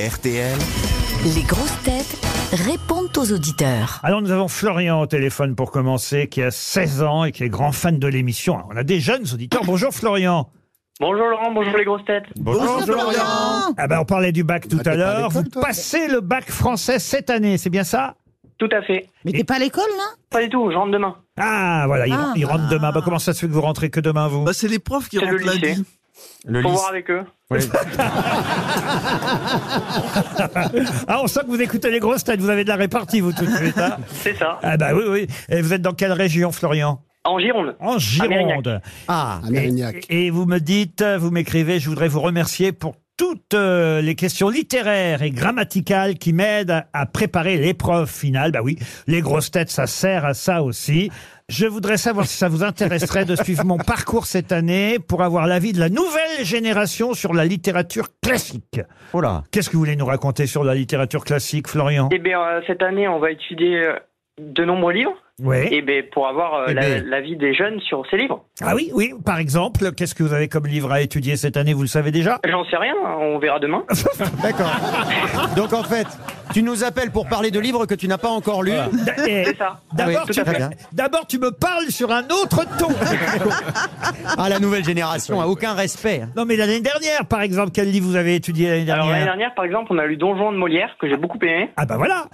RTL. Les grosses têtes répondent aux auditeurs. Alors nous avons Florian au téléphone pour commencer, qui a 16 ans et qui est grand fan de l'émission. Alors, On a des jeunes auditeurs. Bonjour Florian. Bonjour Laurent, bonjour les grosses têtes. Bonjour Florian Ah ben on parlait du bac tout Ah, t'es pas à à l'heure. l'école, Vous toi passez le bac français cette année, c'est bien ça Tout à fait. Mais t'es pas à l'école, là Pas du tout, je rentre demain. Ah voilà, il, Ah. il rentre demain. Bah, comment ça se fait que vous rentrez que demain vous Bah, c'est les profs qui C'est le rentrent lycée. lundi. Le Faut lycée. voir avec eux. Ah on sent que vous écoutez les grosses têtes, vous avez de la répartie vous tout de suite. hein. C'est ça. ah bah oui oui. Et vous êtes dans quelle région Florian En Gironde. En Gironde. Mérignac. Ah, À et- Mérignac. Et, vous me dites, vous m'écrivez, je voudrais vous remercier pour toutes euh, les questions littéraires et grammaticales qui m'aident à, à préparer l'épreuve finale. Bah oui, les grosses têtes, ça sert à ça aussi. Je voudrais savoir si ça vous intéresserait de suivre mon parcours cette année pour avoir l'avis de la nouvelle génération sur la littérature classique. Voilà. Qu'est-ce que vous voulez nous raconter sur la littérature classique, Florian Et bien Eh ben, euh, cette année, on va étudier euh, de nombreux livres. Oui. Et bien pour avoir euh, Eh la- ben. l'avis des jeunes sur ces livres. Ah oui, oui. Par exemple, qu'est-ce que vous avez comme livre à étudier cette année Vous le savez déjà J'en sais rien, hein, on verra demain. D'accord. Donc en fait, tu nous appelles pour parler de livres que tu n'as pas encore lus. Ah. Et- C'est ça. D'abord, Oui, tu, tout à fait. me- d'abord, tu me parles sur un autre ton. Ah, la nouvelle génération a aucun respect. hein. non, mais l'année dernière, par exemple, quel livre vous avez étudié l'année Alors l'année dernière dernière, par exemple, on a lu Donjon de Molière, que j'ai beaucoup aimé. Ah bah voilà.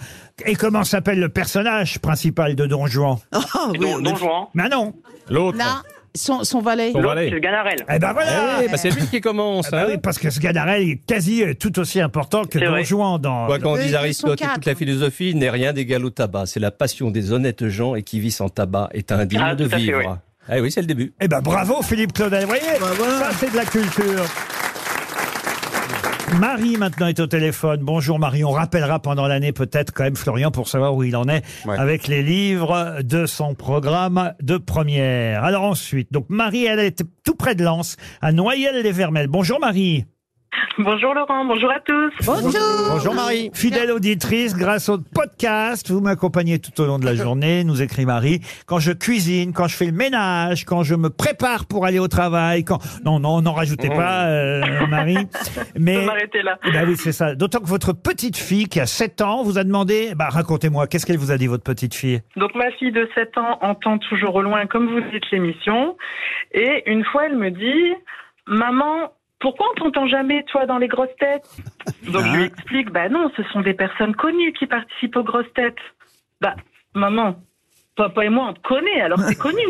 Et comment s'appelle le personnage principal de Don Juan Ah, oui, Don, on est- Don Juan. Mais non. L'autre. Là, son, son valet. Bon, L'autre, allez. c'est Ganarelle. Eh ben voilà. Eh, bah, c'est lui qui Ah commence. bah hein. oui, parce que ce Sganarelle est quasi euh, tout aussi important que C'est Don vrai. Juan dans. Bah, Quoi qu'en Eux, Euh, ils dise sont Aristote et toute quatre. hein. la philosophie, il n'est rien d'égal au tabac. C'est la passion des honnêtes gens et qui vit sans tabac est indigne Ah, de tout à fait, vivre. oui. Ah oui, c'est le début. Eh ben bravo Philippe Claudel, vous voyez, ça c'est de la culture. Marie maintenant est au téléphone. Bonjour Marie, on rappellera pendant l'année peut-être quand même Florian pour savoir où il en est Ouais. avec les livres de son programme de première. Alors ensuite, donc Marie, elle est tout près de Lens, à Noyelles-les-Vermelles. Bonjour Marie. Bonjour Laurent, bonjour à tous. Bonjour Bonjour Marie. Fidèle auditrice, grâce au podcast, vous m'accompagnez tout au long de la journée, nous écrit Marie. Quand je cuisine, quand je fais le ménage, quand je me prépare pour aller au travail, quand... Non, non, n'en rajoutez pas, euh, Marie. Je Mais... vais m'arrêter là. Bah oui, c'est ça. D'autant que votre petite fille, qui a 7 ans, vous a demandé... Bah, racontez-moi, qu'est-ce qu'elle vous a dit, votre petite fille Donc ma fille de 7 ans entend toujours au loin, comme vous dites, l'émission. Et une fois, elle me dit, maman, pourquoi on t'entend jamais, toi, dans les grosses têtes Donc Hein je lui explique, bah non, ce sont des personnes connues qui participent aux grosses têtes. Bah, maman, papa et moi, on te connaît, alors c'est connu.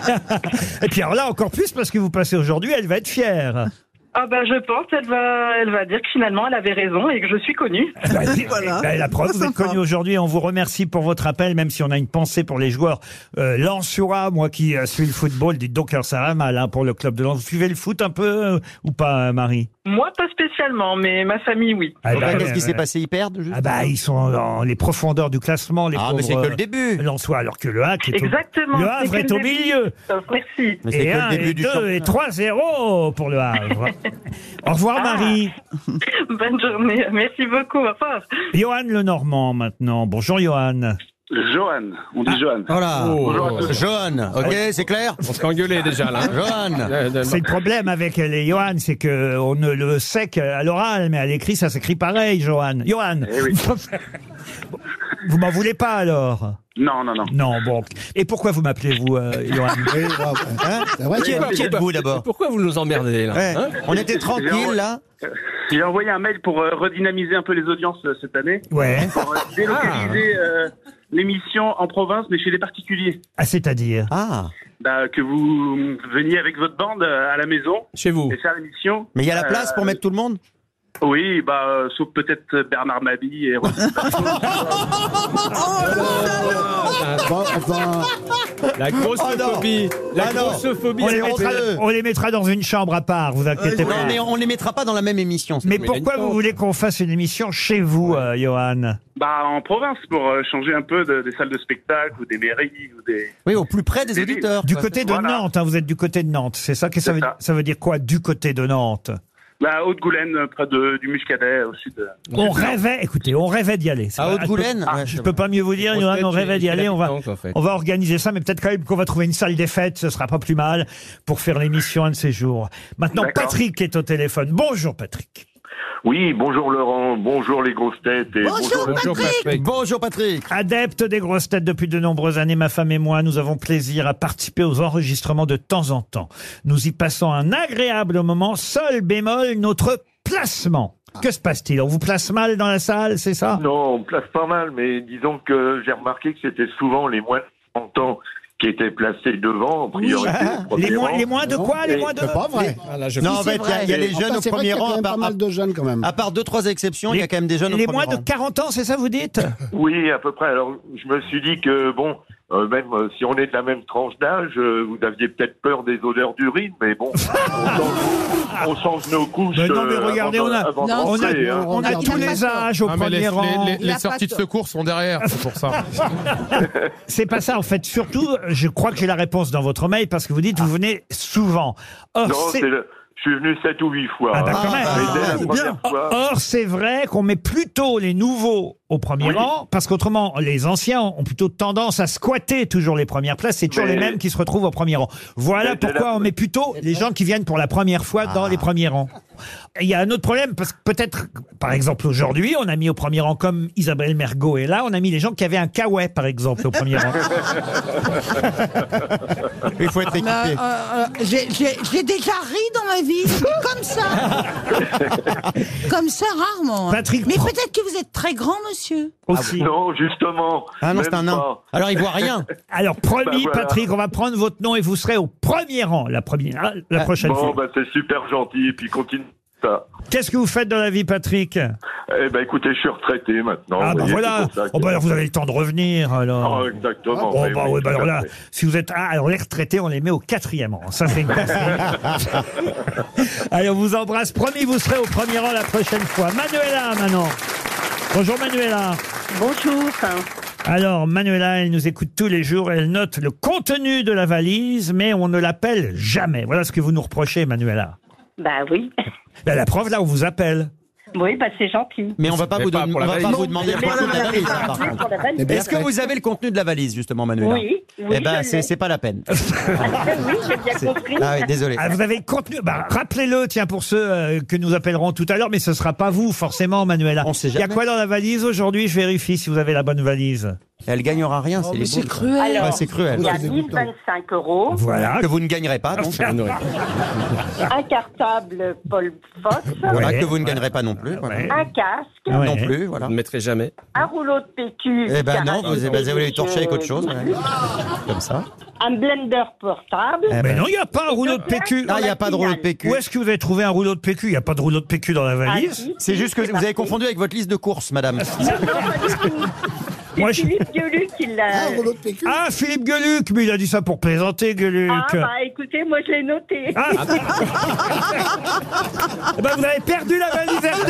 Et puis alors là, encore plus, parce que vous passez aujourd'hui, elle va être fière. ah bah je pense, elle va, elle va dire que finalement, elle avait raison et que je suis connue. Bah, bah, la preuve, vous êtes connus aujourd'hui. On vous remercie pour votre appel, même si on a une pensée pour les joueurs. Euh, Lensoura, moi qui euh, suis le football, dites donc, alors ça va mal hein, pour le club de Lens. Vous suivez le foot un peu euh, ou pas, euh, Marie Moi, pas spécialement, mais ma famille, oui. Ah, Donc bah, là, qu'est-ce qui euh, s'est passé Ils perdent juste Ah bah, ils sont dans les profondeurs du classement, les Ah, mais c'est pauvres que le début. euh, Lensois, alors que le A qui est au... Exactement. Le c'est Havre que est le au début. milieu. Merci. Mais c'est Et que 1, le début et du 2, et 3-0 pour le Havre. au revoir, Ah. Marie. Bonne journée. Merci beaucoup. Au revoir. Johan Le Normand, maintenant. Bonjour, Johan. Johan, on dit Johan. Voilà. Bonjour à tous. Johan, ok, c'est clair On se fait engueuler déjà là. Euh, Johan. C'est le problème avec les Johan, c'est que on ne le sait qu'à l'oral, mais à l'écrit, ça s'écrit pareil, Johan. Johan Eh oui. Bon, Vous m'en voulez pas alors Non, non, non. Non, bon. Et pourquoi vous m'appelez-vous, euh, Johan Hein Ah, C'est vrai Qui, qui êtes-vous d'abord Pourquoi vous nous emmerdez là Ouais. hein On était tranquille là. J'ai envoyé un mail pour euh, redynamiser un peu les audiences euh, cette année, Ouais. pour euh, délocaliser euh, l'émission en province, mais chez les particuliers. Ah, c'est-à-dire Ah, Bah, que vous veniez avec votre bande euh, à la maison Chez vous. et faire l'émission. mais il y a la Euh, place pour mettre tout le monde Oui, bah, euh, sauf peut-être Bernard Mabie et Roselyne Bachelot. Bon, enfin, Oh La grossophobie. la Ah non. grossophobie. on les, après- mettra, on les mettra dans une chambre à part, vous inquiétez pas. Non, mais on les mettra pas dans la même émission. Mais Mais pourquoi il y a une vous porte. voulez qu'on fasse une émission chez vous, euh, Johan bah, en province, pour euh, changer un peu de- des salles de spectacle ou des mairies ou des. Oui, au plus près des auditeurs. Du quoi. côté de Voilà. Nantes, hein, vous êtes du côté de Nantes, c'est ça Qu'est-ce que ça C'est veut, ça. ça veut dire quoi, du côté de Nantes Bah, Haute-Goulaine, euh, près de, du Muscadet, au sud. euh. On rêvait, écoutez, on rêvait d'y aller. C'est À vrai, Haute-Goulaine Ah, je peux- Ouais, Je c'est peux vrai. pas mieux vous dire, Les Johan, grosses on têtes, rêvait d'y c'est aller, on va, l'habitante, en fait. on va organiser ça, mais peut-être quand même qu'on va trouver une salle des fêtes, ce sera pas plus mal pour faire l'émission un de ces jours. Maintenant, D'accord. Patrick est au téléphone. Bonjour Patrick. Oui, bonjour Laurent, bonjour les grosses têtes. Et bonjour, Bonjour Patrick. Adepte des grosses têtes depuis de nombreuses années, ma femme et moi, nous avons plaisir à participer aux enregistrements de temps en temps. Nous y passons un agréable moment, seul bémol, notre placement. Que se passe-t-il On vous place mal dans la salle, c'est ça Non, on place pas mal, mais disons que j'ai remarqué que c'était souvent les moins de 30 ans qui étaient placés devant en priorité. au premier les moins, rang. les moins de quoi Les Et- moins de... C'est pas vrai. Ah, Non, en fait, il y a- il y, a les Enfin, jeunes au c'est vrai qu'il premier y a quand rang. À même part, pas mal de jeunes quand même. à part deux, trois exceptions, il y a Les- quand même des jeunes Les au premier moins rang. de 40 ans, c'est ça vous dites Oui, à peu près. Alors, je me suis dit que, bon, euh, même euh, si on est de la même tranche d'âge, euh, vous aviez peut-être peur des odeurs d'urine, mais bon, on change, on change nos couches. Mais Bah non, mais euh, regardez, avant on de- a- avant de Non, On a, rentrer, hein. on a regarde. tous les âges au Ah, mais les, premier rang. les- les- La les sorties de patte. secours sont derrière, c'est pour ça. C'est pas ça, en fait. Surtout, je crois que j'ai la réponse dans votre mail parce que vous dites vous venez souvent. Or, Ah. Non, Oh, c'est- c'est le- je suis venu sept ou huit fois. Ah, bah, hein. quand même. Mais dès Ah, la c'est première fois, Or, c'est vrai qu'on met plutôt les nouveaux au premier Oui. rang, parce qu'autrement, les anciens ont plutôt tendance à squatter toujours les premières places. C'est toujours Mais- les mêmes qui se retrouvent au premier rang. Voilà Mais c'est pourquoi la- on met plutôt les gens qui viennent pour la première fois Ah. dans les premiers rangs. Et Il y a un autre problème, parce que peut-être, par exemple, aujourd'hui, on a mis au premier rang, comme Isabelle Mergot est là, on a mis les gens qui avaient un kawaii, par exemple, au premier rang. Il faut être équipé. Euh, euh, euh, j'ai- J'ai j'ai déjà ri dans ma vie, comme ça. comme ça, rarement. hein. Patrick Mais Pro- peut-être que vous êtes très grand, monsieur. Aussi. Non, justement. Ah non, même c'est un nain. pas. Alors il voit rien. Alors, promis, Bah, voilà. Patrick, on va prendre votre nom et vous serez au premier rang la, première, hein, la prochaine Bon, fois. bah, c'est super gentil. Et puis continue ça. Qu'est-ce que vous faites dans la vie, Patrick Eh ben, écoutez, je suis retraité maintenant. Ah vous bah voyez, voilà c'est pour ça que- oh, bah, alors Vous avez le temps de revenir, alors Ah, exactement. Oh oui, bah oui, oui, bah alors tout à là, fait. si vous êtes... Ah, alors les retraités, on les met au quatrième rang. Ça, c'est une Allez, on vous embrasse. Promis, vous serez au premier rang la prochaine fois. Manuela, maintenant. Bonjour, Manuela. Bonjour. Alors, Manuela, elle nous écoute tous les jours. Elle note le contenu de la valise, mais on ne l'appelle jamais. Voilà ce que vous nous reprochez, Manuela. Bah oui. Bah, la preuve, là, on vous appelle. Oui, bah c'est gentil. Mais on va pas Mais vous, pas don- pour on la va pas valise. vous demander le Mais contenu de la valise. là, par Oui, contre. pour la valise. Est-ce que vous avez le contenu de la valise justement, Manuela Oui, oui, Eh ben, je c'est l'ai. Ah c'est pas la peine. oui, j'ai bien compris. Ah oui, désolé. Ah, vous avez le contenu. Bah, rappelez-le, tiens, pour ceux euh, que nous appellerons tout à l'heure, mais ce sera pas vous, forcément, Manuela. On sait Il y a jamais. quoi dans la valise aujourd'hui Je vérifie si vous avez la bonne valise. Elle gagnera rien. Oh, C'est les C'est boules. cruel. Alors, Ouais, c'est cruel. Il y a c'est dégoûtant. 1025 euros, Voilà. Que vous ne gagnerez pas, donc. un cartable Paul Fox, Voilà, Ouais. que vous ne gagnerez pas non plus. voilà. Ouais. un casque, Ah ouais. Non plus, voilà. Je ne mettrai jamais. un rouleau de PQ. Eh ben non, caractère- Ah. vous, eh ben, vous allez les torcher avec autre chose. ouais. Comme ça. Un blender portable. Eh Mais ben. non, il n'y a pas un rouleau de PQ. Ah, il n'y a pas de rouleau de PQ. Où est-ce que vous avez trouvé un rouleau de PQ Il n'y a pas de rouleau de PQ dans la Ah, valise. si, C'est si, juste que vous avez parfait. confondu avec votre liste de courses, madame. Non, non, pas du tout. Moi, C'est je- Philippe Gueluc qui l'a. Ah, rouleau de PQ. Ah, Philippe Gueluc Mais il a dit ça pour plaisanter, Gueluc. Ah, bah écoutez, moi je l'ai noté. Ah. Eh ben, vous avez perdu la valise RTL.